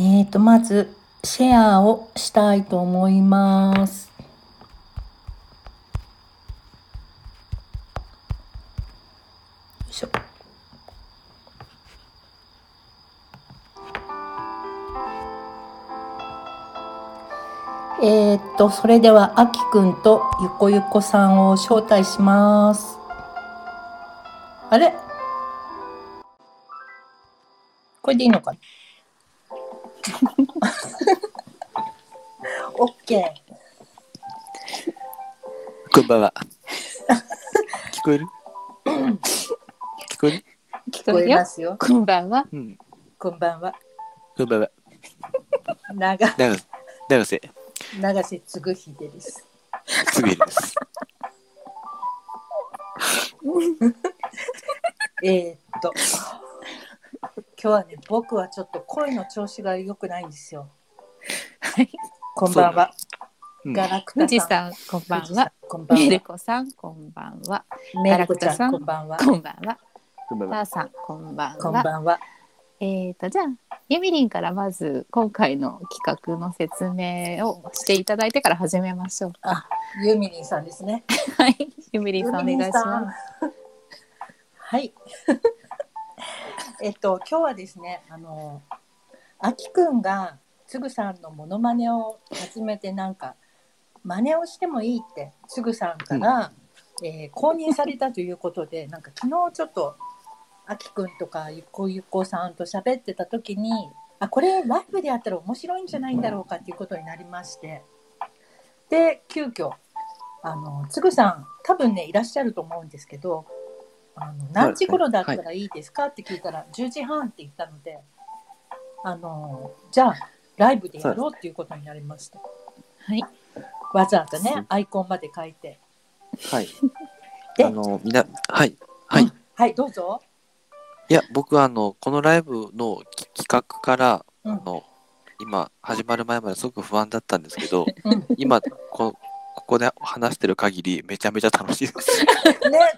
えーと、まず、シェアをしたいと思います。よいしょ。えーと、それでは、あきくんとゆこゆこさんを招待します。あれこれでいいのかなオッケー。こんばん は。聞こえる聞こえる聞聞ここえるえまよ。すよ。こんばんは。うん。こんばんは。こんばんは。長長瀬、長瀬、長瀬嗣秀です。つぐひろです。えー、っと、今日はね、僕はちょっと声の調子が良くないんですよ。はい。こんばんは。うんガラクタ富士さん。さん、こんばんは。。こんばんメルは。コさん、こんばんは。メルコちガラクタゃさん、んこんばんは。こんばんは。こんばんタは。ーさん、こんばんこんは。ばんは。えっ、と、じゃあ、ユミリンからまず、今回の企画の説明をしていただいてから始めましょう。あ、ユーミリンさんですね。 はい。ユミリンさん、お願いしユーミリンまさんはい。 えっと、今日はですね、あの、あきくんがつぐさんのモノマネを始めて、なんか、真似をしてもいいって、つぐさんから、えー公認されたということで、 なんか昨日ちょっと、あきくんとかゆこゆこさんと喋ってた時に、あ、これライブでやったら面白いんじゃないんだろうかっていうことになりまして、で、急遽、あの、つぐさん、多分ね、いらっしゃると思うんですけど、あの何時頃だったらいいですかって聞いたら、10時半って言ったので、あの、じゃあ、ライブでやろうっていうことになりました。はい。わざわざそうね、アイコンまで書いて。はい。であの、みな、はい。はい。ういんはい、どうぞ。や、僕はあの、このライブのき企画から、うんあの、今、始まる前まですごく不安だったんですけど、うん今、こここで話してる限り、めちゃめちゃ楽しいです。ね、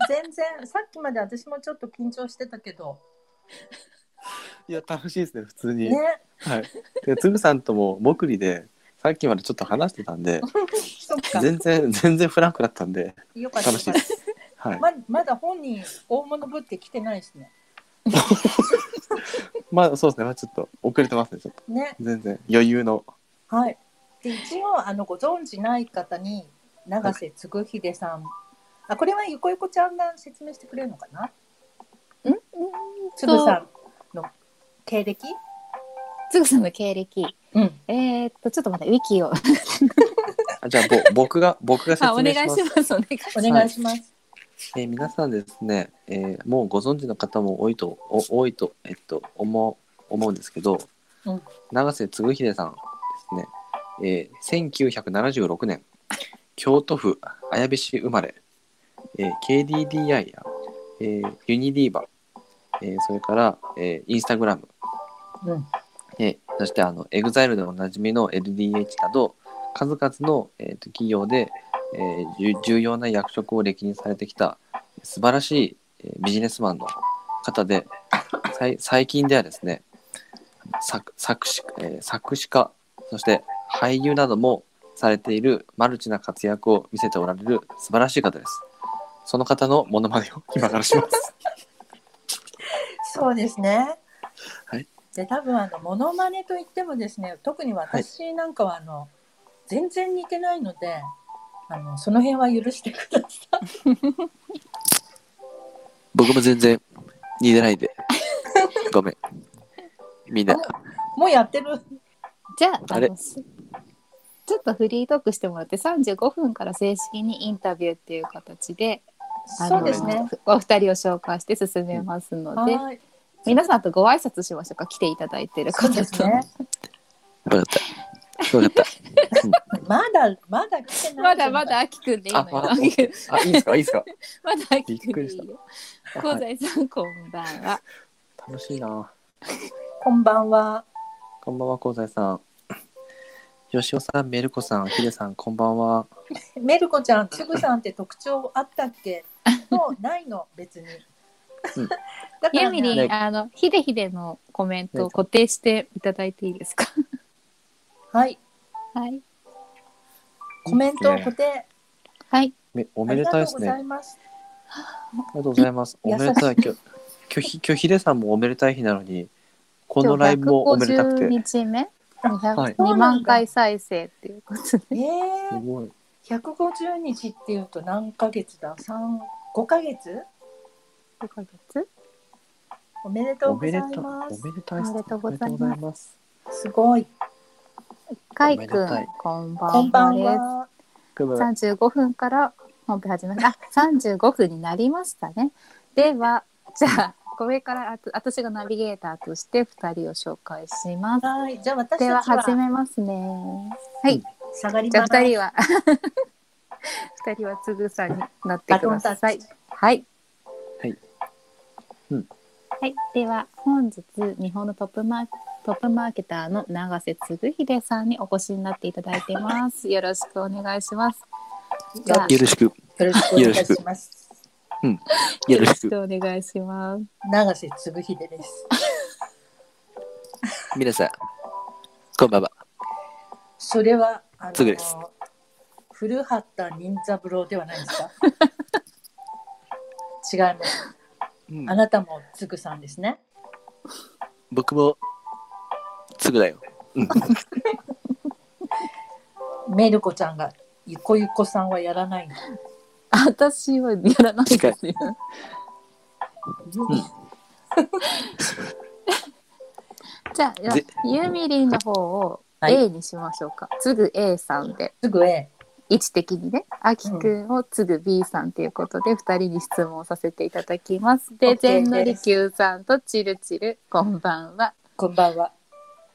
全然、さっきまで私もちょっと緊張してたけど、 いや、楽しいですね、普通にね、はい。で、つぐさんとも、もくりで、さっきまでちょっと話してたんで、そっか、全然、 全然フランクだったんで、よかった楽しいです。はい。ままだ本人、大物ぶって来てないしね。まあそうですね、まあ、ちょっと遅れてますね、ちょっとね、全然余裕の。はい。で、一応、あの、ご存知ない方に、永瀬嗣秀さん、あ、これはゆこゆこちゃんが説明してくれるのかなす。んんつぐさんの経歴つぐさんの経歴。うん。えっ、と、ちょっとまたウィキを。あ、あじゃあぼ 僕が僕が説お願明いしします。 ます。お願いします。お願いします。えー皆さんですね、えーもうご存知の方も多いとお多いとえっと思う思うんですけど、うん永瀬嗣秀さんですね、えー、1976年京都府綾部市生まれ、えー KDDI や、えーユニディーバ、えーそれから、えーインスタグラムうん。えーそしてあの EXILE でおなじみの LDH など数々の、えーと企業で、えーじゅ重要な役職を歴任されてきた素晴らしい、えービジネスマンの方でさい最近ではですね作作詞、えー作詞家そして俳優などもされているマルチな活躍を見せておられる素晴らしい方ですその方のモノマネを 今からしますそうですね。はい。で、多分あのモノマネといってもですね、特に私なんかはあの、全然似てないので、あのその辺は許してください。僕も全然似てないでごめんみんな もうやってる。じゃあ、あれあのすちょっとフリートークしてもらって35分から正式にインタビューっていう形であのそうですね。お二人を紹介して進めますので、はい。皆さんとご挨拶しましょうか来ていただいてるそ方うと、ですね。よかった。よかった。まだまだ来てない。まだまだ。あきくんでいいのよあまだあきくん あ、いいですか、いいですか。まだあきくんでいいびっよ香はい、西さんこんばんは楽しいな。こんばんは。こんばんは、香西さん。吉尾さん、メルコさん、ヒデさん、こんばんは。 メルコちゃん、つぐさんって特徴あったっけ？もうないの別に。うん だからユミリね、ン、あの、ヒデヒデのコメントを固定していただいていいですか。はい、はい。コメントを固定。はい。めおおめでたいですね。あありがとうございます。りがとうござ優しいいます。おめでたい。きょきょひきょひでさんもおめでたい日なのに、このライブもおめでたくて。 150日目。はい2万回再生っていうことえで。すえごい。百五十日っていうと何ヶ月だ？三五ヶ月？ 5ヶ月おめでとおうござめいでたい。まおす。めでたいっすね。おめでとうござおめでとうございますいます。すごい。かいおくめでたんい、こんばこんんばはんです。は。三十五分から本編始めます。あ、三十五分になりましたね。では、じゃあ、これからあと私がナビゲーターとして二人を紹介します。はい、じゃあ私たちではは始めますね。はい。下がりじゃまあす。二人は 二人はつぐさんになってくださいバトン。はい。はい。うんはい。では本日日本のトップマートップマーケターの永瀬嗣秀さんにお越しになっていただいてます。よろしくお願いします。じゃあよろしく。よろしくお願いします。よろしく。お願いします。永瀬嗣秀です。皆さん、こんばんは。それはあ嗣ですの古畑任三郎ではないですか？ 違います。うんあなたも嗣さんですね。僕も、すぐだよ。メルコちゃんがゆこゆこさんはやらないの。私はやらないですよ。じゃあぜユミリンの方をはい A にしましょうか。つぐ A さんで。すぐ A。位置的にね、あきくんを次ぐ B さんということで、二人に質問させていただきます。で、 OK です全のりきゅうさんとちるちる、こんばんは。こんばんは。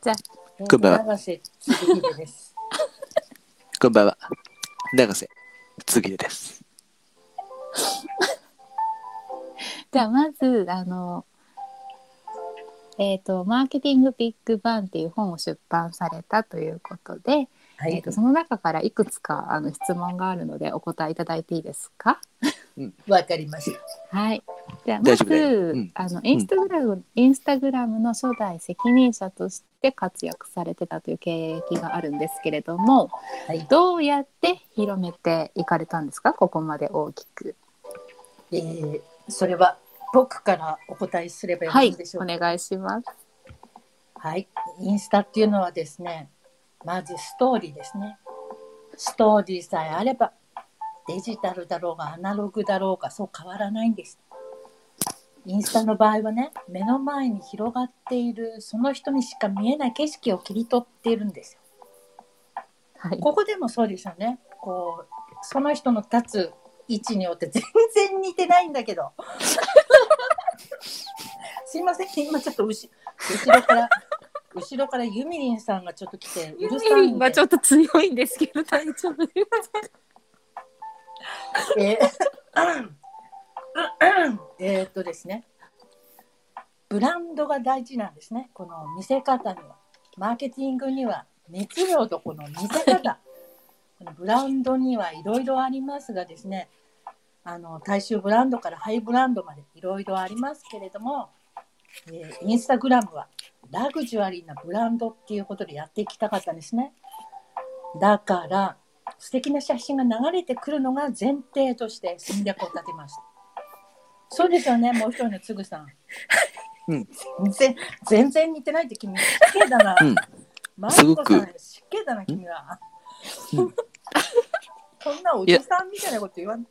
じゃあえーこんばんは永瀬嗣秀です。こんばんは。永瀬、つぐです。じゃあまず、あの、えっ、と、マーケティングビッグバンっていう本を出版されたということで、 はえいー、。とその中からいくつかあの質問があるのでお答えいただいていいですかわかりました。はい。じゃあま大ず丈夫、だようんあのインスタグラム、インスタグラムの初代責任者として活躍されてたという経歴があるんですけれども、はい。どうやって広めていかれたんですか？ここまで大きく。えーそれは僕からお答えすればよろはしいいでし、ょおうか。願いします。はい。インスタっていうのはですね、まずストーリーですね。ストーリーさえあれば、デジタルだろうがアナログだろうがそう変わらないんです。インスタの場合はね、目の前に広がっているその人にしか見えない景色を切り取っているんですよ。はい。ここでもそうですよね。こうその人の立つ位置によって全然似てないんだけど。 すいません、今ちょっと後後ろから後ろからユミリンさんがちょっと来てうユるミさいリんンではちょっと強いんですけど大丈夫ですえー えーっとですねブランドが大事なんですねこの見せ方にはマーケティングには熱量とこの見せ方このブランドにはいろいろありますがですねあの大衆ブランドからハイブランドまでいろいろありますけれども、えーインスタグラムはラグジュアリーなブランドっていうことでやっていきたかったんですねだから素敵な写真が流れてくるのが前提として戦略を立てました。そうですよね、もう一人のつぐさん。うん全然全然似てないって君、失敬だな。うんマすリごコさくん、失敬だな、君は。うん こんなおじさんみたいなこと言わん。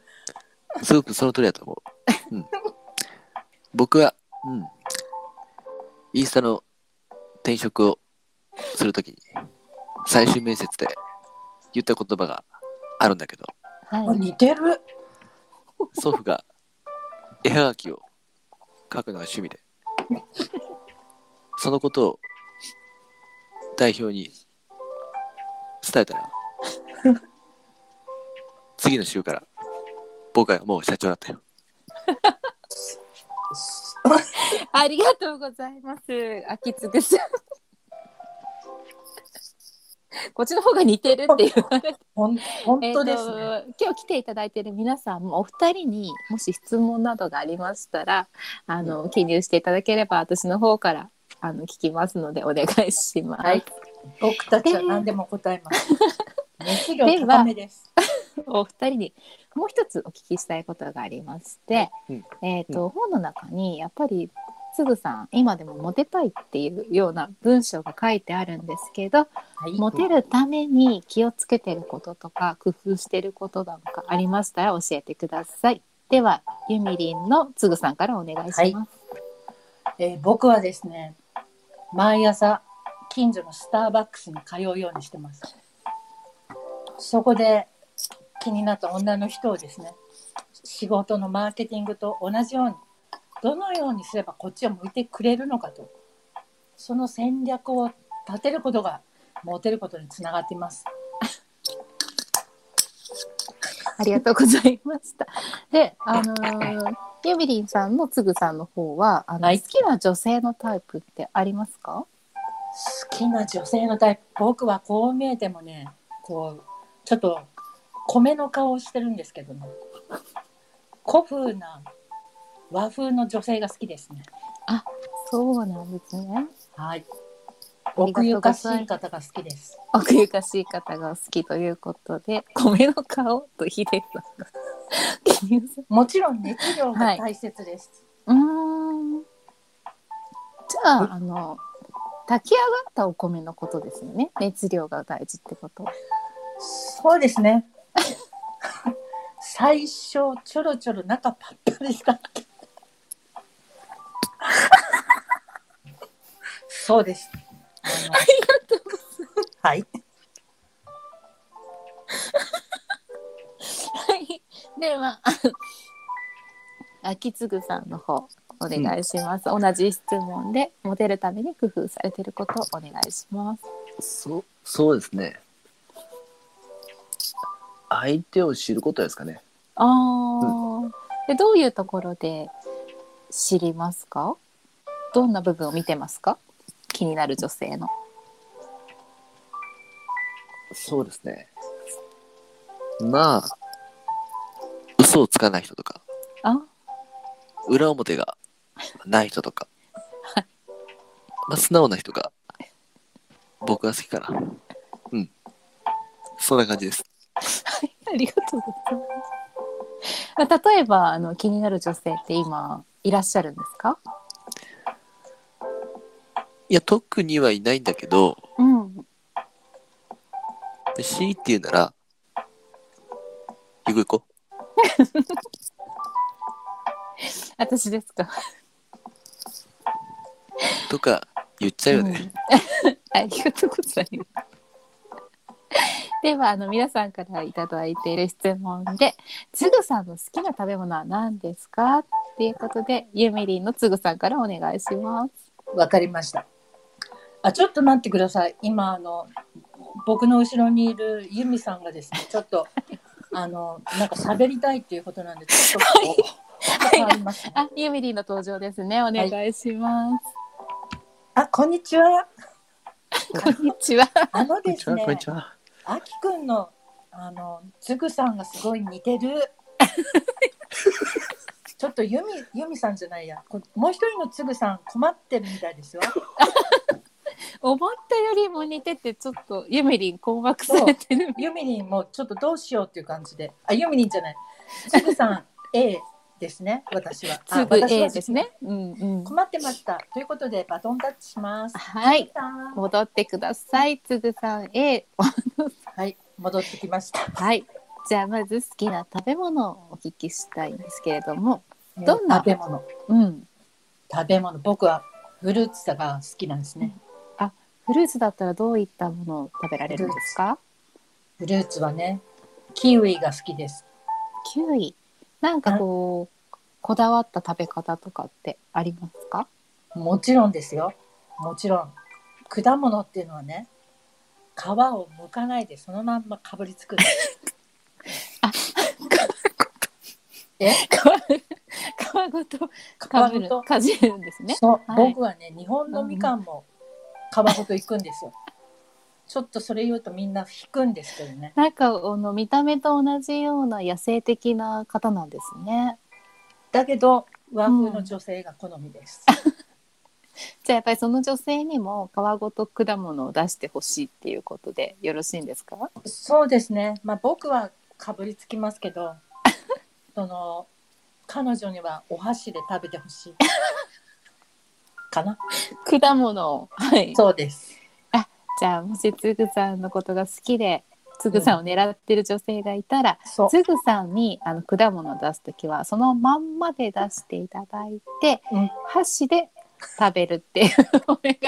すごくその通りだと思う。うん、僕は、うん、インスタの転職をするときに、最終面接で言った言葉があるんだけど、あはい。似てる。祖父が絵はがきを書くのが趣味で、そのことを代表に伝えたら、次の週から僕はもう社長だったよ。ありがとうございます。秋津です。 こっちの方が似てるっていうほん本当ですね、えーと今日来ていただいている皆さんもお二人にもし質問などがありましたらあの記入していただければ私の方からあの聞きますのでお願いします。はい僕たちは何でも答え ます。熱量高めです。お二人にもう一つお聞きしたいことがありまして、うんえーと本の中にやっぱりつぐさん今でもモテたいっていうような文章が書いてあるんですけどはいモテるために気をつけてることとか工夫してることなんかありましたら教えてください。ではゆみりんのつぐさんからお願いします。はいえー僕はですね、毎朝近所のスターバックスに通うようにしてます。そこで気になった女の人をですね、仕事のマーケティングと同じように、どのようにすればこっちを向いてくれるのかと、その戦略を立てることがモテることにつながっています。ありがとうございました。で、あのーゆみりんさんのつぐさんの方はあの、はい好きな女性のタイプってありますか？好きな女性のタイプ僕はこう見えてもねこうちょっと米の顔をしてるんですけどね古風な和風の女性が好きですねそうなんですね。はいりが奥とうごゆかしざいますい方が好きです奥ゆかしい方がお好きということで、米の顔とヒデさんが記入されもちろん熱量が大切です、うーん。じゃあ、あの、炊き上がったお米のことですよね。熱量が大事ってこと。そうですね最初ちょろちょろ中パッパリしたそうですあのはいはい。では、まああきつぐさんの方、お願いします。同じ質問で、モデルために工夫されてることをお願いします。そうそうですね相手を知ることですかねあー、で、どういうところで知りますかどんな部分を見てますか気になる女性の。そうですねまあ嘘をつかない人とかあ裏表がない人とか、はいまあ、素直な人が僕は好きかなうんそんな感じですはい、ありがとうございますあ。例えばあの気になる女性って今いらっしゃるんですか？いや特にはいないんだけどうん。 C っていうなら行く行こ私ですか？うとか言っちゃうよね、うん。 ありがとうございます。ではあの皆さんからいただいている質問で、つぐさんの好きな食べ物は何ですか？っていうことでゆみりんのつぐさんからお願いします。わかりました。あ、ちょっと待ってください。今、あの、僕の後ろにいるユミさんがですね、ちょっ と、あの、なんか喋りたいっていうことなんで、ちょっと、変わりますね、あ、ゆみりんの登場ですね。お願いします。あ、こんにちは。こんにち は。あのこんでにちすはねこん、にちはあきくんの、あの、つぐさんがすごい似て る。ちょっとユミ、ユミさんじゃないや、こもう一人のつぐさん困ってるみたいですよ。思ったよりも似ててちょっとゆみりん困惑されてる。ユミリンもちょっとどうしようっていう感じで、あ、ユミリンじゃない。つぐさん A ですね、私は。あつぐ私 A はですね。うんうん。困ってました。ということで、バトンタッチします。はい。さん戻ってください。つぐさん A。はい、戻ってきました。はい。じゃあまず好きな食べ物をお聞きしたいんですけれども、どんな食べ物うん。食べ物。僕はフルーツが好きなんですね。フルーツだったらどういったものを食べられるんですか？フルーツはね、キウイが好きです。キウイ。なんかこうこだわった食べ方とかってありますか？もちろんですよ。もちろん。果物っていうのはね、皮を剥かないでそのまんまかぶりつくんです。え 皮ごと皮かぶごるとかじる んですね。そう、はい僕はね日本のみかんも皮ごと行くんですよ、ちょっとそれ言うとみんな引くんですけどね。なんかあの見た目と同じような野生的な方なんですね。だけど和風の女性が好みです。じゃあやっぱりその女性にも皮ごと果物を出してほしいっていうことでよろしいんですか？そうですね。まあ僕はかぶりつきますけ ど、その彼女にはお箸で食べてほしい。かな。果物をはい。そうです。じゃあもしつぐさんのことが好きでつぐさんを狙ってる女性がいたら、そう。つぐさんにあの果物を出すときはそのまんまで出していただいて、うん箸で食べるっていうお願いし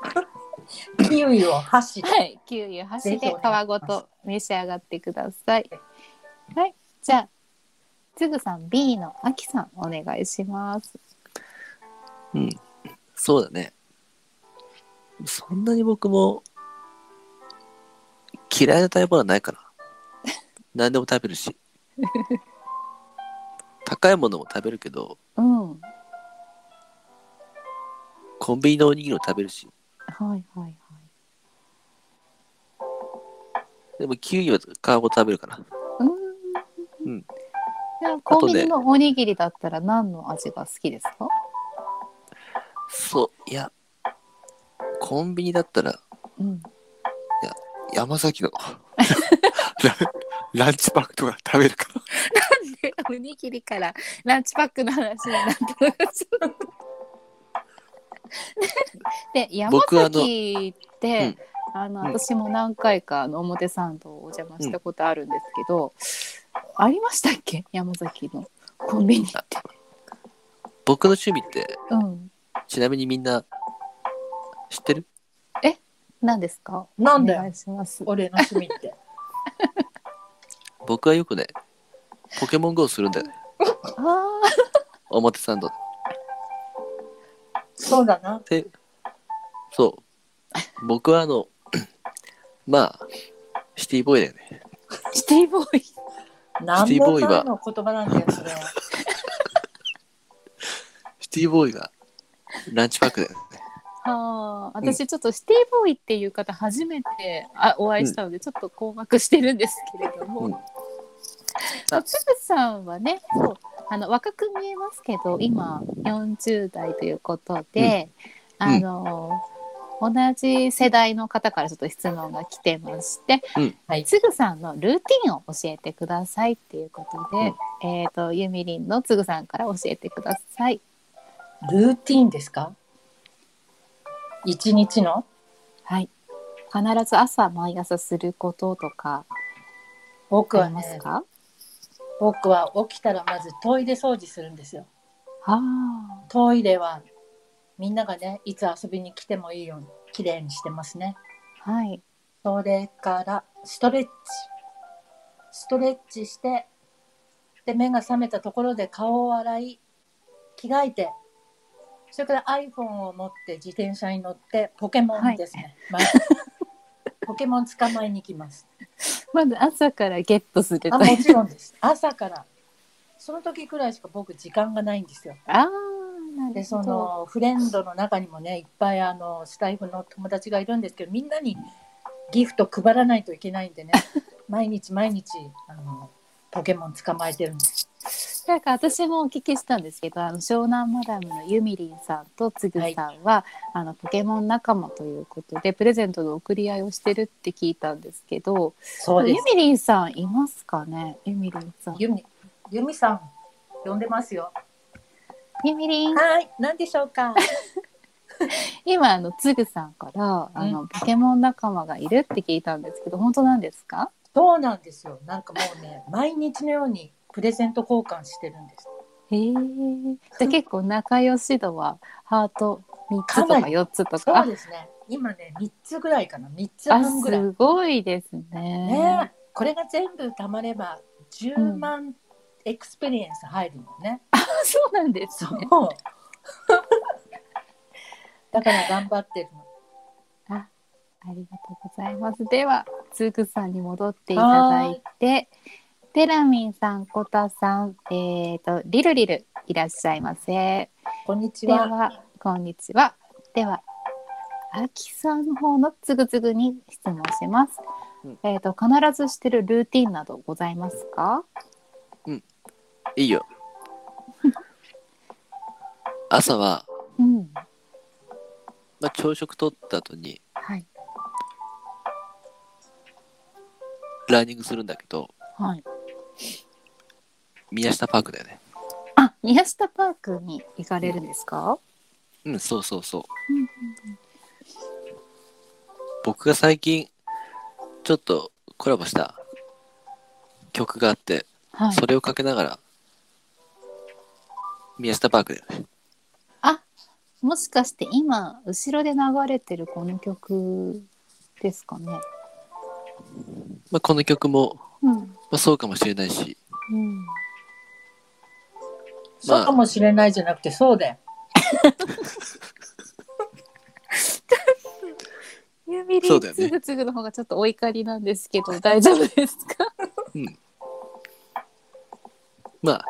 ます。キウイを箸で。はい、キウイを箸で皮ごと召し上がってください。はい、じゃあつぐさん B のあきさんお願いします。うん。そうだね。そんなに僕も嫌いな食べ物はない から。何でも食べるし。高いものも食べるけど、うん、はいコンビニのおにぎりも食べるし。はいはい。でもキウイは皮ごと食べるから。ううんん。じゃあコンビニのおにぎりだったら何の味が好きですか？そう、いや、コンビニだったらうん。山崎のララン チパックとか食べるから。おにぎりからランチパックの話になったのがちょ っとで山僕あの崎ってあの、うん私も何回かあの表参道をお邪魔したことあるんですけど、ありましたっけ山崎のコンビニって。僕の趣味って、うん。ちなみにみんな知ってる何ですか？なんだお願よい。します。俺の趣味って。僕はよくね、ポケモン GO するんだよね。ああ。表参道 そうだな。で。そう。僕はあの、 まあ、シティボーイだよね。シティボーイ。何シティ年ボーイは前の言葉なんだよそれは。シティボーイがランチパックだよね。ああ、ん私ちょっとシティボーイっていう方初めてあお会いしたのでちょっと困惑してるんですけれうどんも、あつぶさんはねそうあの若く見えますけど今40代ということで、うんあの同じ世代の方からちょっと質問が来てまして、うんはいつぐさんのルーティンを教えてくださいっていうことで、えっ、とゆみりんのつぐさんから教えてください。ルーティンですか。一日の。はい。必ず朝毎朝することとか僕あはりますね、か？僕は起きたらまずトイレ掃除するんですよ。あトイレはみんながねいつ遊びに来てもいいように綺麗にしてますねあ、はい。それからストレッチストレッチしてで目が覚めたところで顔を洗い着替えてそれから iPhone を持って自転車に乗ってポケモンですね、まず ポケモン捕まえに行きますまず朝からゲットするとあいもう。ちろんです朝からその時くらいしか僕時間がないんですよああ、なでるそほど。のフレンドの中にもねいっぱいあのスタイフの友達がいるんですけどみんなにギフト配らないといけないんで ね毎日毎日あのポケモン捕まえてるんですなんか私もお聞きしたんですけど、あの湘南マダムのゆみりんさんとつぐさんは、あのポケモン仲間ということでプレゼントの贈り合いをしてるって聞いたんですけど、そうゆでみすりんさんいますかね？ゆみりんさん。ゆみゆみさん呼んでますよゆみりん。はい何でしょうか今あのつぐさんからあの、ポケモン仲間がいるって聞いたんですけど本当なんですかそうなんですよなんかもうね毎日のようにプレゼント交換してるんですへえじゃあ結構仲良し度はハート3つとかかなり4つとかそうあですね今ね3つぐらいかな3つあ半ぐらいすごいですねねこれが全部貯まれば10万エクスペリエンス入るのね、あそうなんですそうね。 だから頑張ってるの。ありがとうございますではつぐさんに戻っていただいてテラミンさんこたさんえっ、とリルリルいらっしゃいませこんにちでは。はこんにちはではあきさんの方のつぐつぐに質問します。うんえっ、と必ずしてるルーティンなどございますか？いいよ。朝は、うん。まあ、朝食取った後にはいランニングするんだけど、はい。宮下パークだよね。あ、宮下パークに行かれるんですか？うん、そうそうそう。うんうん僕が最近、ちょっとコラボした曲があって、はい。それをかけながら、宮下パークだよね。あ、もしかして今後ろで流れてるこの曲ですかね？まあ、この曲も、うん。まあ、そうかもしれないし、うん。そうかもしれないじゃなくて、そうだよ。ゆみりそんうだよねつぐつぐの方がちょっとお怒りなんですけど大丈夫ですか？まあ、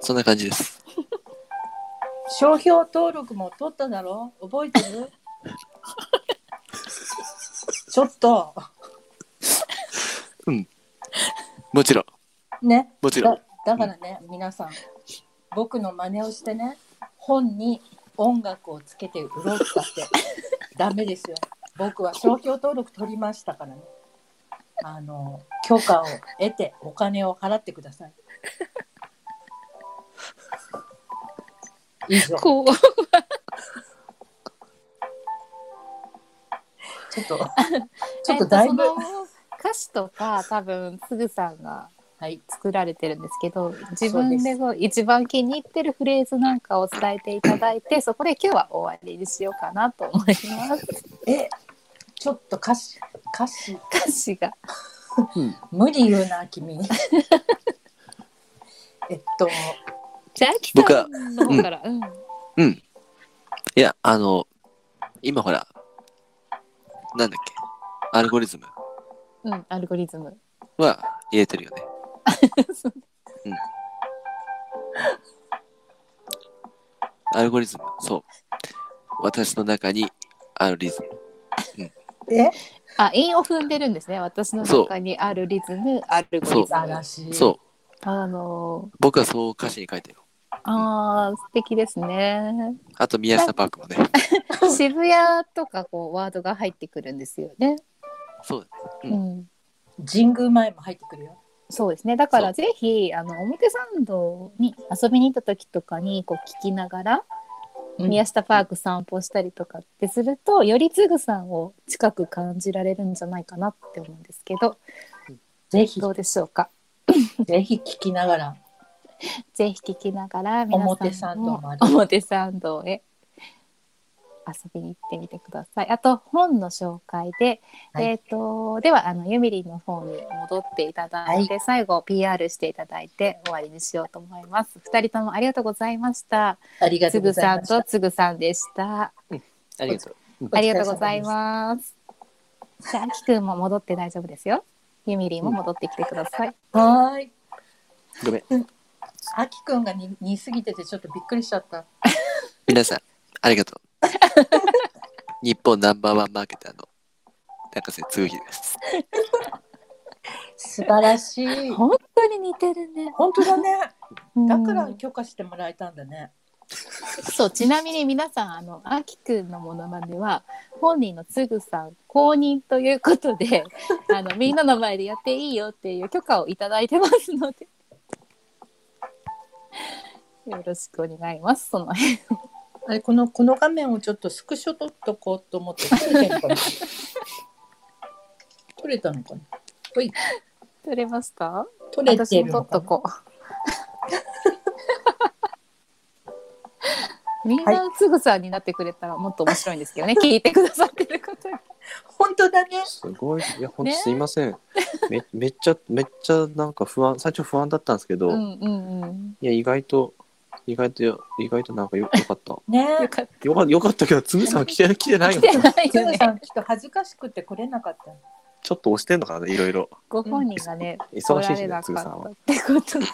そんな感じです。商標登録も取っただろ覚えて るちょっと、もちろん、ね。もちろんだ。だからね、皆さん僕の真似をしてね本に音楽をつけて売ろうとかって ダメですよ僕は商標登録取りましたからねあの許可を得てお金を払ってください以上こう。ちょっと ちょっとだいぶえっとその歌詞とか多分すぐさんがはい作られてるんですけど自分でこう一番気に入ってるフレーズなんかを伝えていただいてそこで今日は終わりにしようかなと思いますえちょっと歌詞歌詞歌詞がうん無理言うな 君えっとじゃあ秋さんの方から、うんうん。いや、あの、今ほら、なんだっけ、アルゴリズムうん、アルゴリズムは入れて るよね。アルゴリズム、そう。私の中にあるリズム。えあ韻を踏んでるんですね私の中にあるリズムアルゴリ素ズム晴らしいそう。あの僕はそう歌詞に書いてるよ。ーあー素敵です ねあと、宮下パークも ね。渋谷とかこうワードが入ってくるんですよね、そうだね。ううん神宮前も入ってくるよ。そうですねだかそらうぜひあの表参道に遊びに行った時とかにこう聞きながら、宮下パーク散歩したりとかってするとよりつぐさんを近く感じられるんじゃないかなって思うんですけどぜひどうでしょうかぜひ聞きながらぜひ聞きながら表皆さ参ん道ももある。表参道へ遊びに行ってみてくださいあと本の紹介で、はいえっ、とではあのゆみりんの方に戻っていただいて、最後 PR していただいて終わりにしようと思います二人ともありがとうございましたありがとつうごぐざさいんましたと。つぐさんでしたありがとう。ありがとうございますじゃああきくんも戻って大丈夫ですよゆみりんも戻ってきてください、す。はーい。ごめん。あきくんがに似すぎててちょっとびっくりしちゃった。皆さん、ありがと う。日本ナンバーワンマーケターの高瀬嗣秀です。素晴らしい。本当に似てるね本当だね。だからうん許可してもらえたんだね。そうちなみに皆さんあのあきくんのモノマネは本人のつぐさん公認ということ であのみんなの前でやっていいよっていう許可をいただいてますのでよろしくお願いしますその辺あれこのこの画面をちょっとスクショ撮っとこうと思って撮れてるかな。撮れたのかな。取れました撮れて私るのも取っかとな。こ うみんなつぐさんになってくれたらもっと面白いんですけどね、聞いてくださってる 方が本当だね。すごい。いや、ほんとねすいません。めめっちゃ、めっちゃなんか不安、最初不安だったんですけどうんうんうんいや、意外と、意外と、意外となんかよよかった。ね。よかっよかよかったけど、つぐさん来て来てなたい来のてないつよぐねさんきっと恥ずかしくて来れなかった。ちょっと押してんのかな、いろいろ。 ご本人がね、うん来忙しらいしねれなかつぐさんっはたってことで。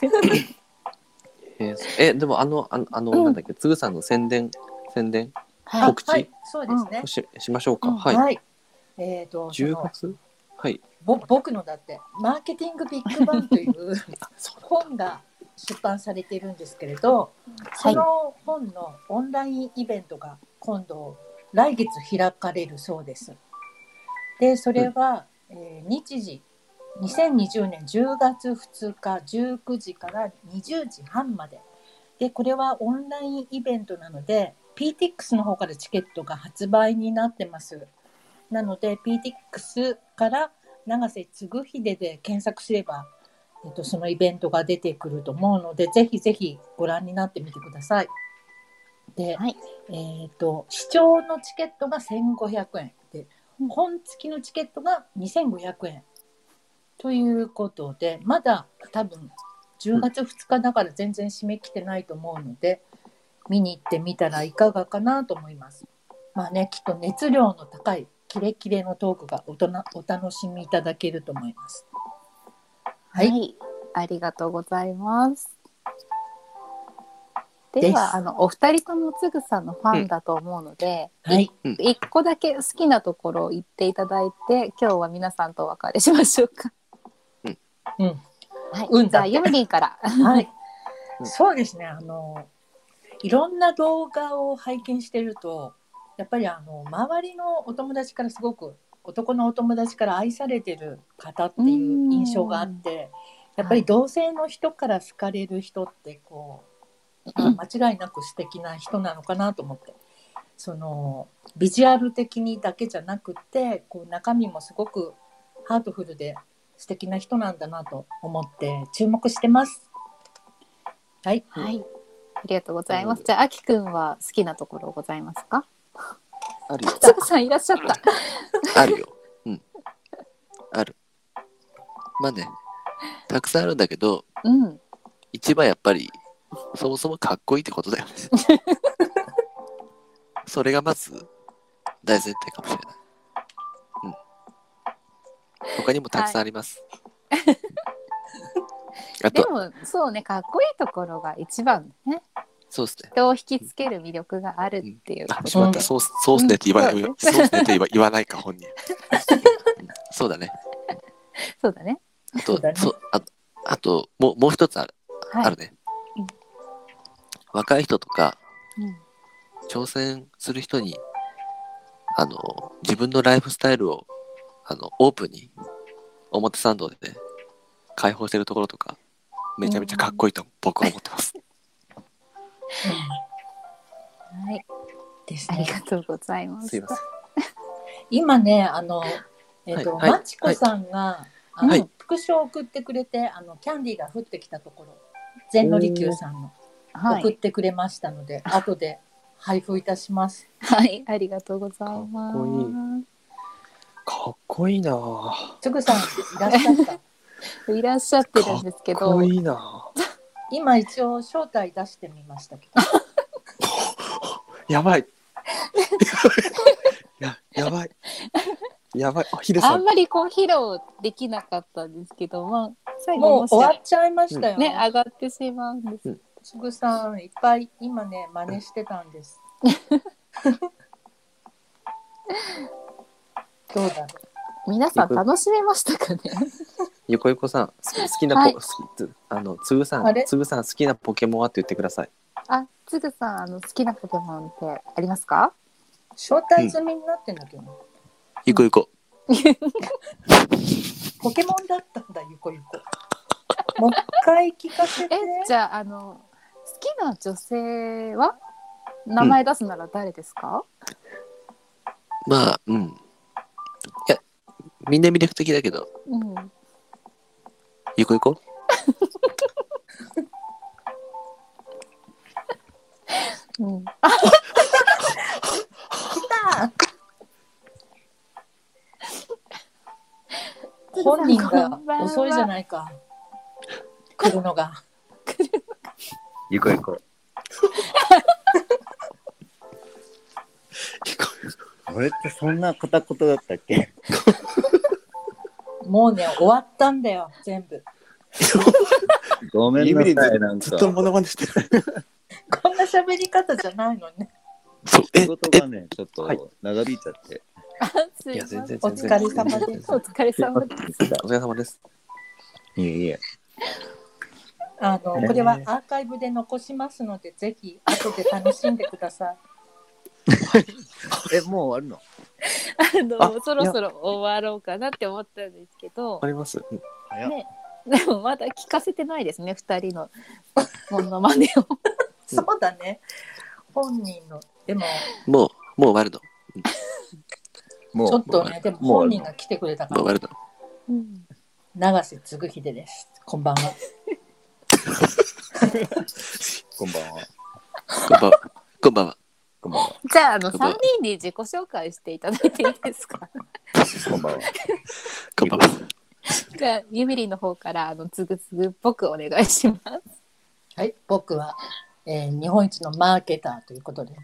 えーえでもあの、あの、あのうんなんだっけ、つぐさんの宣伝、宣伝はいあ告知はい、そうですね。ししましょうか。うんはい。はい。えっ、と、そ10の月はい。ぼ僕のだって、マーケティングビッグバンという あ、そうだ。本が出版されているんですけれど、その本のオンラインイベントが今度、来月開かれるそうです。で、それは、えー日時、2020年10月2日19時から20時半まで。で、これはオンラインイベントなので、PTX の方からチケットが発売になってます。なので、PTX から永瀬嗣秀で検索すれば、えっと、そのイベントが出てくると思うので、ぜひぜひご覧になってみてください。で、はいえっ、と、視聴のチケットが1500円で、本付きのチケットが2500円。ということで、まだ多分10月2日だから全然締め切ってないと思うので、見に行ってみたらいかがかなと思います。まあね、きっと熱量の高いキレキレのトークがおとなお楽しみいただけると思います。は、はいい、ありがとうございます。でですはあのお二人ともつぐさんのファンだと思うので、はい、一個だけ好きなところを言っていただいて今日は皆さんとお別れしましょうか。うん、はい、うんじだゃあってゆみりんから。 はい、うんそうですね。あのいろんな動画を拝見してると、やっぱりあの周りのお友達からすごく男のお友達から愛されてる方っていう印象があって、うんやっぱり同性の人から好かれる人ってこ う、うんまあ間違いなく素敵な人なのかなと思って。そのビジュアル的にだけじゃなくてこう中身もすごくハートフルで素敵な人なんだなと思って注目してます。はい、はい、ありがとうございます。じゃああきくんは好きなところございますか？あるよ。つぐさんいらっしゃった。あるよ。うん。ある。まあね、たくさんあるんだけど、うん。一番やっぱり、そもそもかっこいいってことだよ ね。それがまず、大前提かもしれない。うん。他にもたくさんあります。あでと、もそうねかっこいいところが一番ねそうですね。人を引きつける魅力があるっていうあ、ことしまった。うんそうっすそうっすねって言わなういん。 そうっすねって言わ言わないか、本 人。うんそうだね。そうだね。あそうとだ、ねそう、あと、あともう、もう一つある、はいあるねうん。若い人とか、うん挑戦する人に、あの、自分のライフスタイルを、あの、オープンに、表参道でね、開放してるところとか、めちゃめちゃかっこいいと僕は思ってます。はい、ですありね。がとうございます。すいません。今ね、あの、えっ、と、はいはいまちこさんが、あの、はい副賞を送ってくれて、あの、キャンディーが降ってきたところ。全のりきゅうさんの、は送っい、てくれましたの で、後で配布いたします。はい、ありがとうございます。かっこかっこいいなぁ。つぐさん、いらっしゃった。 いらっしゃってるんですけど、いなぁ。今一応招待出してみましたけど。やばい。ややばい。やばい。あ、ヒデさあんん。まりこう披露できなかったんですけど、まあ最後もうも終わしっちゃいましたよ。ね上がってしまうんです。つぐさん、いっぱい今ね、真似してたんです。 どうだろ皆さん楽しめましたかね。ゆこゆこさん、す好きなポ、はい好きつあのつぶさあんれ、つぶさん好きなポケモンはって言ってください。 あ、つぐさんあの好きなポケモンってありますか？う。招待済みになってんだけど、ねゆこゆこ。ポケモンだったんだ、ゆこゆこ。もう一回聞かせえて。、じゃああの好きな女性は名前出すなら誰ですか？まあ、うん。いや、みんな魅力的だけど、うん。ゆこゆこ。 うん本人こがんばんは遅いじゃないか。来るのが。ゆこゆこ。ゆこゆこ。俺ってそんな片言だったっけもうね、終わったんだよ、全部。ごめんゆみりんなさい、ずな んずっとか。モノマネしてる。こんな喋り方じゃないのね。そうえ仕事えがね、ちょっはいと長引いちゃって。すいいやません全然お全然疲れ様ですお疲れ様です。お疲れ様ですいえいえ。あのこれはアーカイブで残しますので、ぜひ後で楽しんでください。え、もう終わるのあのあそろそろ終わろうかなって思ったんですけどわ か、りますうん早っねでもまだ聞かせてないですね、二人のものまねを。そうだね。本人の、でも、もうもう終わるのもうちょっとね、でももう本人が来てくれたかもう終ら、わるのうん永瀬嗣秀です。こんばんは。こんばんは。こんばんはこんばんはこんばんは。じゃあ、あのこんばんは三人に自己紹介していただいていいです か。こんばんは。こんばんはじゃあ、ゆみりんの方から、あのつぐつぐっぽくお願いします。はい、僕は、えー日本一のマーケターということで、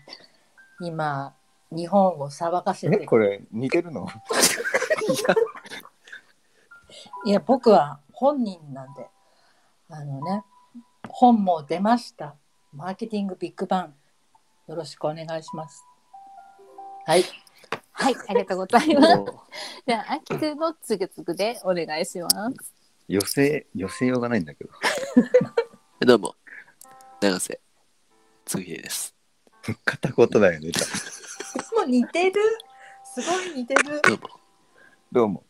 今、日本を騒がせ え、てこれ似てるのいや、僕は本人なんで、あのね、本も出ました。マーケティングビッグバン。よろしくお願いします。はい、はい、ありがとうございます。もじゃあ、あきくのつぐつぐでお願いします。寄せ、寄せようがないんだけど。うどうも永瀬つぐひでです片言だよね。もう似てる。すごい似てる。どうもどうも。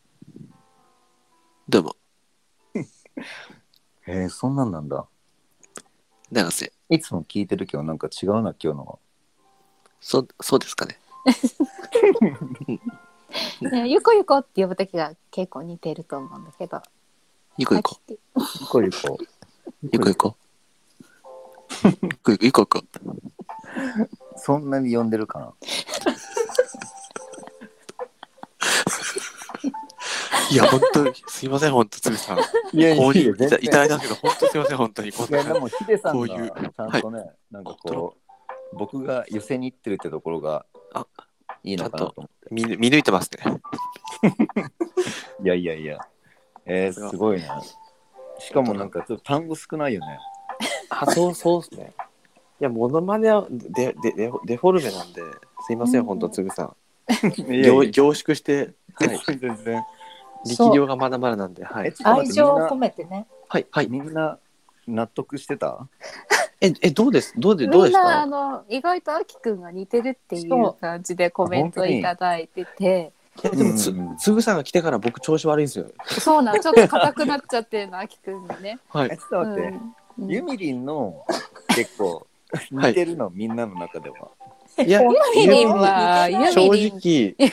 どうもえー、そんなんなんだ。永瀬いつも聞いてるけど、なんか違うな、今日のは。そそうですかねねゆこゆこって呼ぶときが結構似てると思うんだけど。ゆこゆこあきゆこゆこ。ゆこゆこ ゆこゆこゆこゆこそんなに呼んでるかな。いや本当にすいません本当つぐさんいや購入い全た然いただいたんですけど本当すいません本当 にこんいや、なでも、ヒデさんこうがいうちゃんとね、なんかこう、僕が寄せに行ってるってところがあいいのかなと思って。見ぬ見抜いてますねいやいやいや。えー、すごいな。しかもなんかちょっと単語少ないよね。あ、そうそうですね。いや、モノマネはデデデデフォルメなんで、すいませうんん、本当つぐさん。いやい凝や凝縮して、はい、全然全然。そう力量がまだまだなんで、はえい。ちょっ愛と待って情を込めてね。はい、はい。みんなみんな納得してたえ、え、どうですどうで、どうでみんしなあたの意外とあきくんが似てるっていそうう感じでコメントいただいてていや、でもうつんうんうん、つぐさんが来てから僕調子悪いんですよ。そうなのちょっと硬くなっちゃってるのあきくんがね。はいえ、。ちょっと待って、うんうんユミリンの結構はい似てるの、みんなの中では。いや、ユミリンはユミリンユ正ミリン直、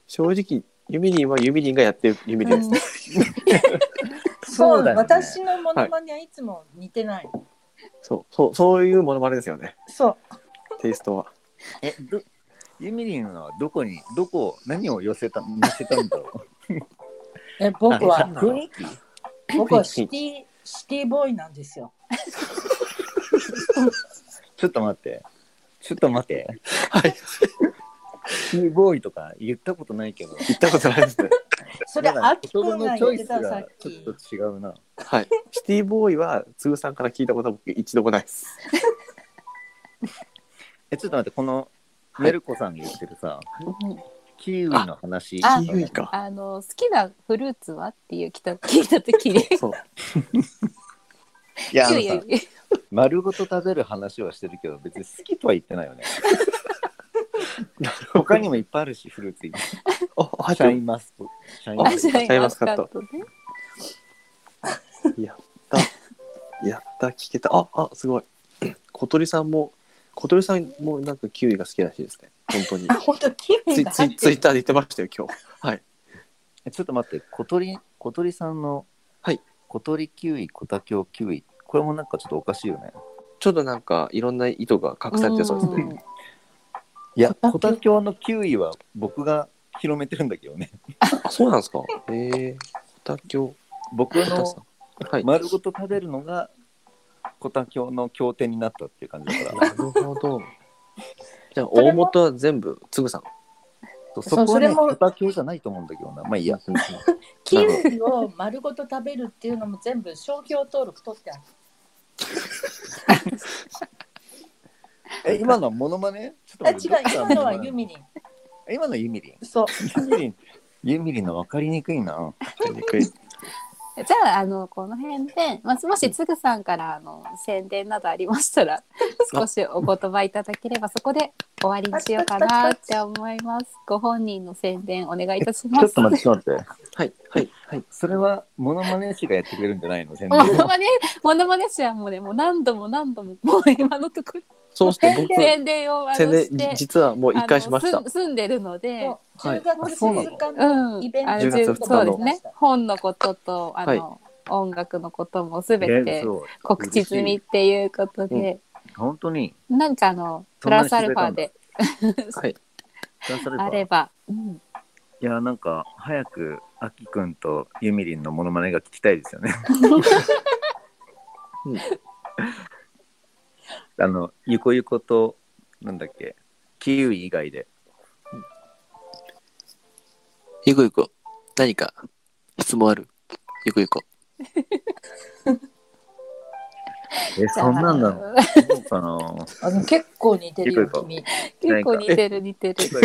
正直、ユミリンはユミリンがやってるユミリンですね。そうそうだよね私のモノマネはいつも似てない。そう、そう、そういうモノマネですよね。そう。テイストは。え、どユミリンはどこに、どこ、何を寄せた、見せたんだろう。え、僕あはそう、なの雰囲気僕はシティ、シティボーイなんですよ。ちょっと待って。ちょっと待って。はい。キーボーイとか言ったことないけど。言ったことないですね。それ、なんあかきく言葉んがのチョ言っイてスたさがっちきょっ。と違うな。はい。シティボーイは、つぐさんから聞いたことは僕一度もないです。え、ちょっと待って、この、はいメルコさんが言ってるさ、キウイの話。あキウイか。あの好きなフルーツはっていうきた聞いた時にそう。いや、あキウのイよさ、り丸ごと食べる話はしてるけど、別に好きとは言ってないよ ね。他にもいっぱいあるし、フルーツいっぱい。あ、はシャインマスク。シャインあマあスシシャャイインンママススカカッットトね。やった。やった、聞けた。あ、あ、すごい。小鳥さんも、小鳥さんもなんかキウイが好きらしいですね。本当にあ、。本当キウツイイがツ入イっツてイッる。ターで言ってましたよ、今日。ク。ちょっと待って、小鳥、小鳥さんの、はい。小鳥キウイ、小田京キウイ。これもなんかちょっとおかしいよね。ちょっとなんかいろんな意図が隠されてそうですね。いや、小小田田急京のキウイは僕が広めてるんだけどね。あ、そうなんですか。ええー。小田京。僕小田さのんはい。な丸ごと食べるのが小田京の経典になったっていう感じ だから。るほど。じゃあ、大元は全部、つぐさん。そそううそこそはれね、も小田京じゃないと思うんだけどな。まあいいや。キウイを丸ごと食べるっていうのも全部商標登録取ってある。え、今のはモノマネちょっとあ違う待って今のはユ。ミリンどっからモノマネ今のはユミリン。そうユミリン。ユミリンの分かりにくいな。にくい。じゃあ、あの、この辺で、まあ、もしつぐさんから、あの、宣伝などありましたら、少しお言葉いただければ、そこで終わりにしようかなって思います。ご本人の宣伝お願いいたしちょまっす。と待って、ちょっと待って。はい、はい、はい。それはモノマネ師がやってくれるんじゃないの全モ然。ノマネ、モノマネ師はもうね、もう何度も何度も、もう今のところ、そうして僕、宣伝をあの宣し伝、て、実はもう一回しましあたの。住ん住んでるので、はい10月2日うのん、イベントあの10月そう2日のですね。本のことと、あの、音楽のこともすべてそう告知済みっていうことで、本当に。なんかあの、プそんなラにスアルファではい。出されたあれば、うん、いや、なんか、早く、あきくんとゆみりんのモノマネが聞きたいですよ ね。うんあの、ゆこゆこと、なんだっけ、キウイ以外で。ゆこゆこ、何か質問あるゆこゆこ。 え、そんなんなのじゃあそうかなあの結構似てるよ結構君 結構似てる似てる。 結よ、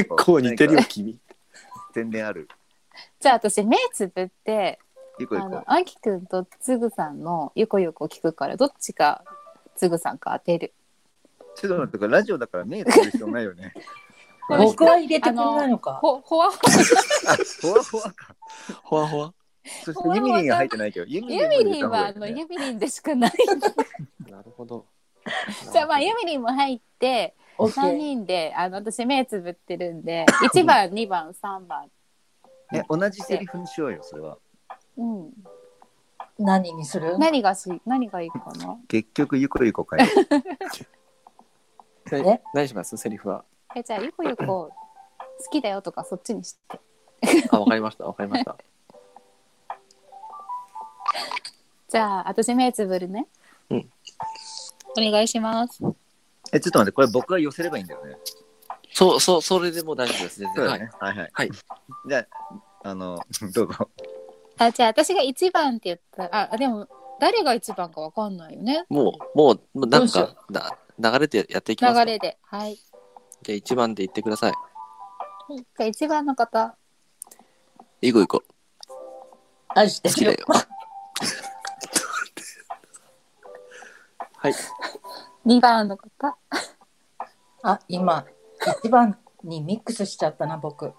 君。全然ある。じゃあ私、目つぶって、ゆこあゆこの、。あきくんとつぐさんのゆこゆこ聞くから、どっちかつぐさんか当てる。ちょっと待って、これラジオだから目つぶる必要ないよ ね。これ僕は入れてくれないのかほ、ほわほわ。あ、ほわほわか。 ほわほわ。そしてゆみりんが入ってないけど、ゆみりんユも入ミれリたン方がは、いあいよの、ねユミリンでしか ない。なるほど。じゃあまあユミリンも入ってオッケ3ー人であの私目つぶってるん で1番2番3番え、同じセリフにしようよ、それは。うん何にする何がし何がいいかな結局、ゆこゆこかよ。え何しますセリフは。えじゃあゆこゆこ好きだよとかそっちにしてあ、わかりました、わかりました。じゃあ私目つぶるねうんお願いしますえ、ちょっと待って、これ僕が寄せればいいんだよね。そう、そう、それでもう大丈夫です。全そ然。うだはいね。はいはい。はい。じゃあ、あの、どうぞ。あじゃあ私が1番って言ったらあでも誰が1番かわかんないよねもう、もう、もうなんどうしか、な流れてやっていきますか。流れではいじゃあ1番で言ってください。じゃあ1番の方ゆこゆこ。愛して好きだるよ。はい。 2番の方あ今一番にミックスしちゃったな僕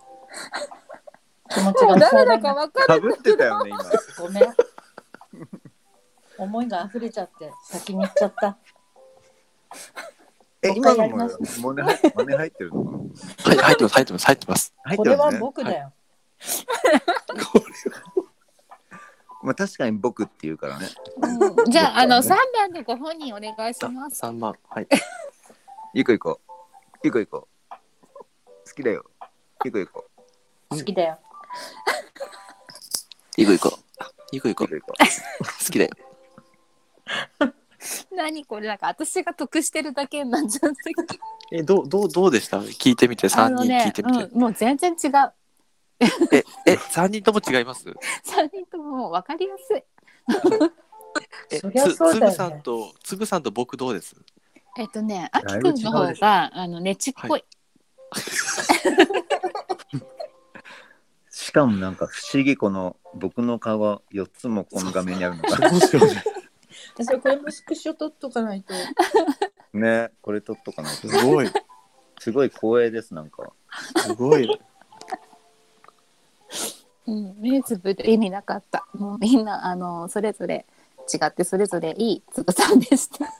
気持ちもがう誰だかわかかるぶってたよね、ごめん思いが溢れちゃって先に行っちゃった今。え、もう今一回やのりもますモネ入モネ入ってるのはい、入ってます、入ってます、入ってます。入っこてれるはね。僕だよまあ確かに僕って言うからね。うんじゃああの3番のご本人お願いします3番。はい。ゆこゆこ。ゆこゆこ。好きだよ。ゆこゆこ。好きだよゆこゆこ。ゆこゆこ。好ゆこゆこ。きだよ。何これなんか私が得してるだけになっちゃうえ、どう、どう、どうでした聞いてみて、あ3の人聞いてみて。うん、もう全然違う3え、え、3人とも違います人とももう分かりやすいえ、そりゃそうだよねつぐさんと、つぐさんと僕どうですえっとねあだきいぶく違うんでしょの方があのねちっこい、しかもなんか不思議この僕の顔が4つもこの画面にあるのか。どうしようね。私はこれもスクショ取っとかないとね、これ撮っとかないと。ごい、すごい光栄です、なんか。すごい。うん、目つぶる意味なかったもうみんなあのそれぞれ違ってそれぞれいいつぶさんでしたか。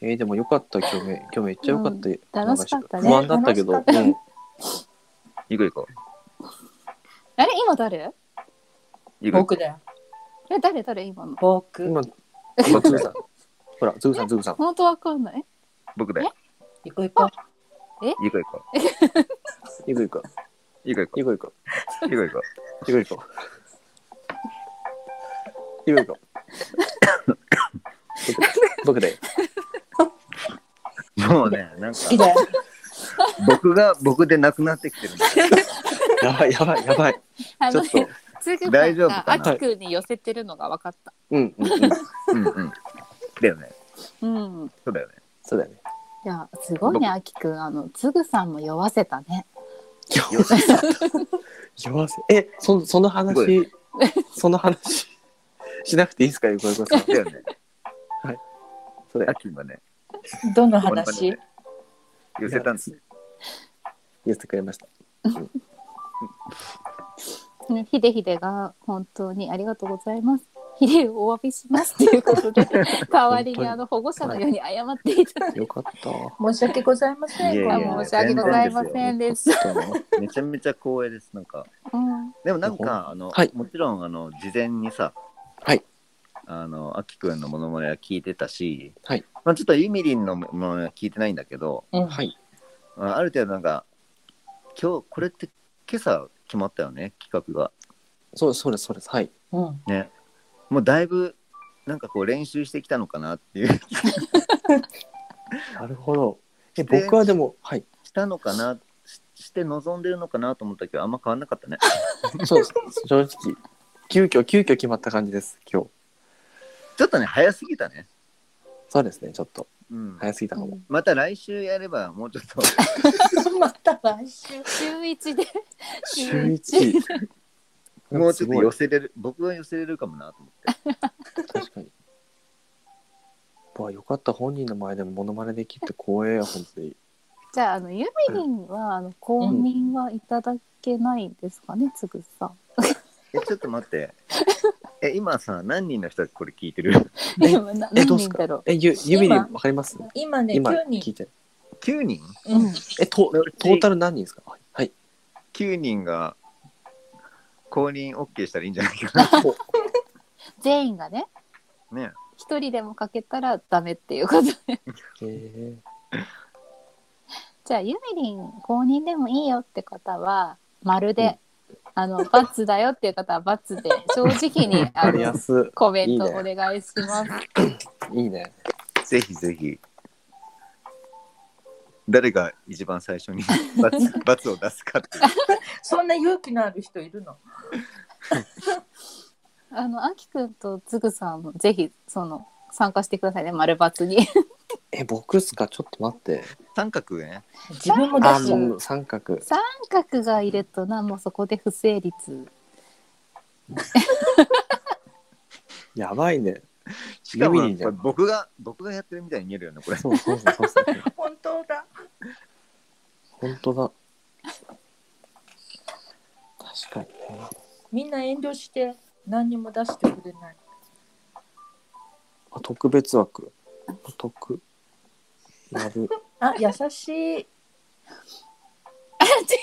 えーでもよかった、今日め、今日めっちゃよかった。楽しかったね不安だったけど、楽しかったうんゆこゆこ。 あれ今誰ゆこゆこ。僕だよえ誰誰今の僕今、今、つぐさん。ほら、つぐさん、つぐさん。本当わかんない僕だよ。行こう行こゆこゆこ。ゆこゆこ。ゆこゆこ。ゆこゆこ。ゆこゆこ。ゆこゆこ。ゆこゆこ。僕だよ。もうね、なんかう好きだよ僕が僕でなくなってきてるんだよ。やばい、やばい、やばい。あちょのっとね。つぐさ大ん丈夫がかあなきくんに寄せてるのが分かったうん、うん、うん。うんうん。だよね。うんそうだよね。そそうだよね。いやすごいねあきくんあのつぐさんも酔わせたね酔わせ酔わせえそそのすご話その話しなくていいですか横山さんだよね。それ秋もね、どのここに話ね寄せたんですよ。言ってくれましたうんひでひでが本当にありがとうございますひでをお詫びしますということで代わりにあの保護者のように謝っていただいてよかった申し訳ございません。いえいえこあれはもう申し訳ございませんでした。めちゃめちゃ光栄です。なんか、うんでもなんほか、あの、はいもちろん、あの、事前にさ、はい。あの、あきくんのものまねは聞いてたし、はい。まあ、ちょっとゆみりんのものまねは聞いてないんだけど、うんはいあある程度なんか、今日、これって今朝決まったよね、企画が。そうそうですそうですはいうんね。もうだいぶ、なんかこう練習してきたのかなっていう、 なるほどえで僕はでもはいしたのかな、しして望んでるのかなと思ったけど、あんま変わんなかったね。そうです正直急遽急遽決まった感じです今日ちょっとね、早すぎたね。そうですねちょっとうん。早すぎたかも、また来週やれば、もうちょっと。また来週。週一で週 一もうちょっと寄すせれる、僕は寄せれるかもなと思って。ごい確かにわよかった本人の前でもモノマネできって光栄や本当にじゃああのゆみりんはあの公認はいただけないんですかね、つぐさん。え、ちょっと待って。え、今さ、何人の人がこれ聞いてるえ今なえ 何どうす人かだろえゆゆみりんわかります今ね、今9聞人。いて ?9 人う。うんうん。えトのうちトータル何人ですかはいはい ?9 人が公認 OK したらいいんじゃないかお全員がねな。ね。一人でもかけたらダメって いうことでへえじゃあゆみりん公認でもいいよって方はまるで、あのバツだよっていう方はバ ツで正直にあわかりやのすコメントいいお願いします。いいいねぜひぜひ。誰が一番最初に罰罰を出すかっていう。そんな勇気のある人いるの。あの、あきくんとつぐさんもぜひ、その、参加してくださいね、丸抜 に。え僕っすかちょっと待って三角ね。自分も出あす。もう三角三角がいるとな、もうそこで不成立。 やばいねしかもユミリンじゃんこれ僕が、僕がやってるみたいに見えるよね、これ。そうそうそう そうそう本当だ。本当だ確かにねみんな遠慮して何にも出してくれない。あ特別枠特やるあ、優しい。あ、ち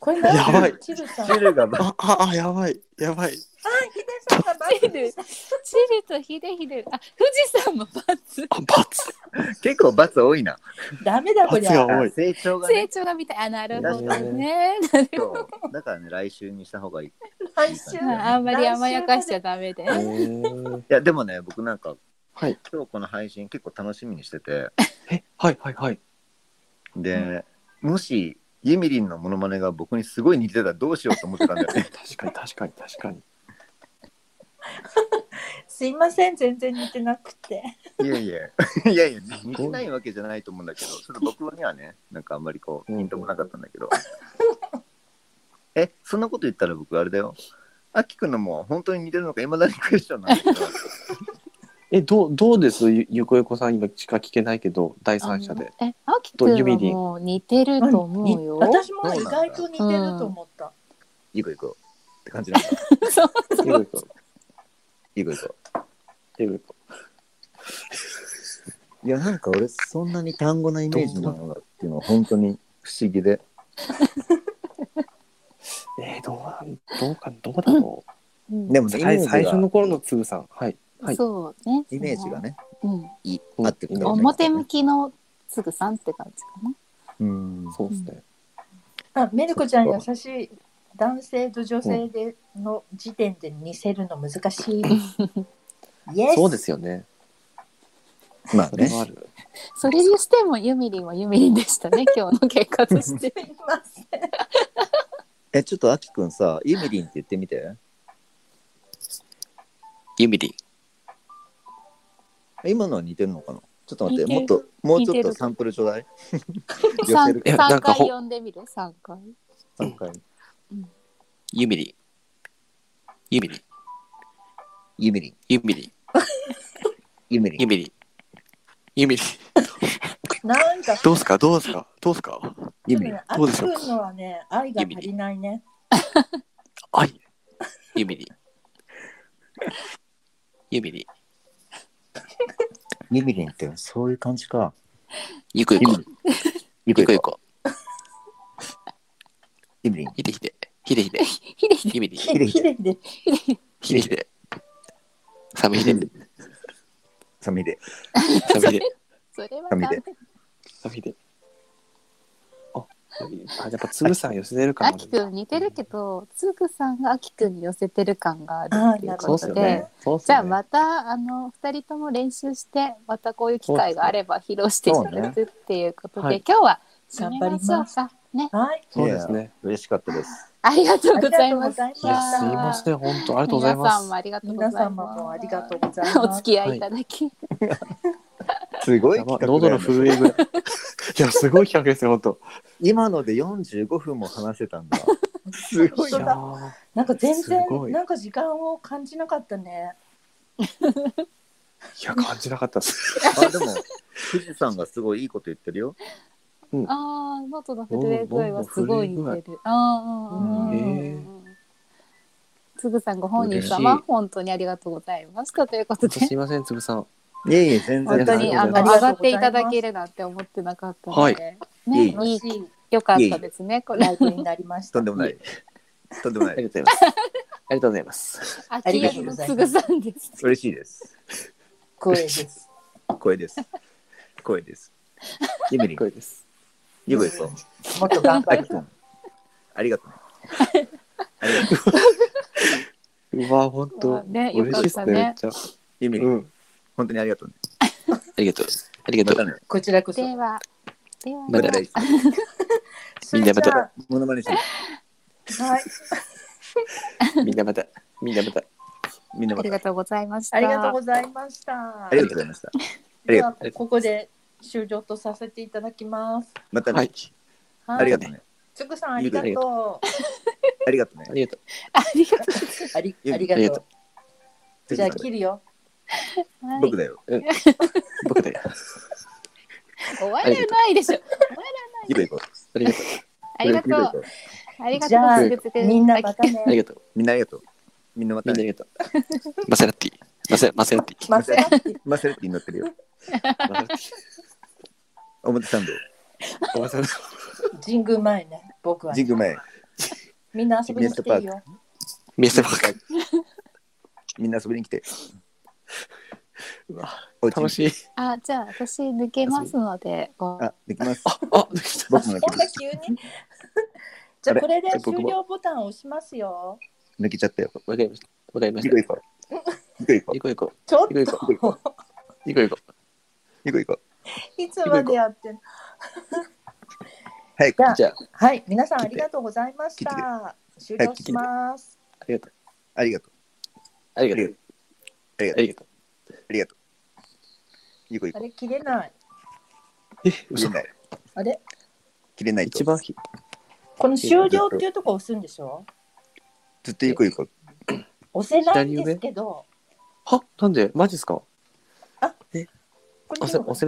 これ何やばいチルさん。あシ、ルが 罰あああやばいやばいヒデさんがバル、ッちグにるとひでひで、あ、富士山も抜。あ罰結構罰多いな。ダメだこり罰がゃ。多い成長が成ね。長が見たい。あ、なるほどね。そうだからね、来週にした方がいい。来週。うああんまり甘やかしちゃダメで。えー、いやでもね僕なんかはい今日この配信結構楽しみにしててえはいはいはいで、もしゆみりんのモノマネが僕にすごい似てたらどうしようと思ってたんだよね確かに確かに確かにすいません、全然似てなくて。いやいや いやいや似てないわけじゃないと思うんだけどちょっと僕にはねなんかあんまりこううんヒントもなかったんだけどえそんなこと言ったら僕あれだよあきくんのも本当に似てるのか今だにクエスチョンなんだけどえどうどうですゆゆこゆこさん今しか聞けないけど第三者であのえ、あきくんとユミはリンもう似てると思うよ。私も意外と似てると思った。行こう行こうって感じなんだそうゆこゆこ行こう行こゆこゆこういやなんか俺そんなに単語のイメージなのがっていうのは本当に不思議でえー、どうなんどうかどうだろううんでもねイメー最ジが最初の頃のつぶさんはいはいそうね。イメージが。ねうん。いうん合ってるイメージがね表向きのつぐさんって感じかな。うんそうですねあ、メルコちゃん優しい。男性と女性での時点で似せるの難しい。イエス。そうですよねまあそれねはあるそれにしてもユミリンはユミリンでしたね今日の結果としてすいません。えちょっとあきくんさゆみりんって言ってみてゆみりん今のは似てるのかなちょっと待って、似もってと、もう似ちょてっるとサンプルちょうだい。寄せ三るえなん三か回ほ読んでみる三回。三回。ユミリ。ユミリ。ゆみりん、ユミリ。ゆみりユん。ミリ。ユミリ。なんかどうすかどうすかどうすかゆでもみりんね。、あどうきでしょうかくんのはね、愛が足りないね。はい。ユミリ。ユミリ。ゆみりんって、そういう感じか。ゆこゆこ。ゆゆこゆこ。こ。ゆみりん。ひでひで。ひでひ で。ひでひユミリ。ひ でひでひで。ひでひで。サメひで。サミで。サメひで。それはダ紙でメ。サメひで。あ、あやっぱつぶさん寄せてるかあなき。くん似てるけど、つぐさんがあきくんに寄せてる感があるっていうあーなるほこそどうっすとよで、ね。そうっすじゃよあね。またあの二人とも練習して、またこういう機会があれば披露していただくっていうことで、そうね今日は締めましょうか。ね、はい。そうですね。嬉しかったです。ありがとうございます。ありがとうございましいたや、すいません。本当ありがとうございま皆さんすも。ありがとうござ皆様もありがとうございいます。おます付。き合いいただき、すごいやば企い喉画だのよね震 えぐらい。いや、すごい企画ですよ、本当。今ので45分も話せたんだ。すごいい本当やな。だーなんか全然すごいなんか時間を感じなかったね。いや、感じなかったです。あ、でも、富士山がすごいいいこと言ってるよ。ああ、喉の震え具合はすごい似てる。ああ、うんうんうんうんつぐさんご本人嬉様しい本当にありがとうございましたということ 本当すでいません、つぶさん。いえいえ、全本然。当にあのあり上がとうがごっざていいますただけるなんて思ってなかったので、はいねいえいいえい楽しい良かったですねこラれイブになりましとたん。でもない。とんでもなありい。がとうございます。ありがとうございます。あ秋りよがりとうのございつまぐすさんです。嬉しいです。 声です。声です。声です。ゆみりんこ、れです。ゆこゆこ。もっと頑張あきる。くん。ありがとう。ありがとう。うわ、本当。ね嬉しいですね、よめかっっちゃ。ゆみり、うんん。本当にありがとうね。ありがとう。ありがまとたう。ね、こちらこそ。ではではままたた来来週、それじゃみんなまモノマネしますあはい。みんなまた。みんなまた。みんなあまりた。がとうございました。ありがとうございましたあり。がとうございました。ありでがはここで終了とさせていただきます。またね、はい。はありいが。とうね。つぐさんありがありがとう。ありがとうねあ。りがとう。ありがとありゆあうりりがありがととう。じゃあ切るよ。う。はい僕だよ。僕で。あ終わらないでしょ。ゆこゆこ。りがとう。ありがとゆこう。ゆこありがじゃあとう。つぐつぐみんなまたありね。がとう。みんなありがとう。みんなまみたんなあね。りがとう。マセラティ。マセマセラティ。マセラティマセラティに乗ってるよ。マセラティ表参道。おばさんの神宮前ね。僕はジ。グ前。みんな遊びに来ていいよ。見せばっかり。みんな遊びに来て。うわお楽い。しい。あ、じゃあ私抜けますので、こうあ、できます。あ、できた。僕も抜こんけなて 急に。じゃあこれであれ僕も終了ボタンを押しますよ。抜けちゃったよ。わかりました。わかりましゆたこ。ゆこ。ゆこゆこ。行こう行こちょっう。行こう行ことう。行こう行こゆこゆこ。いつまでやってんの早くじ。ゃう。じゃあ、はい、皆さんありがとうございまし切た。終了します。ありがとう。ありがとう。ありがとう。ありあがとう。りがとう。ありがとう。ゆこゆあこ。れ切れない。え、切れ嘘ない。あれ切れないと。一番ひこの終了っていうとこ押すんでしょずっとゆこゆこ。押せないんですけど。はなんでマジっすかあえこれ押せでも押せ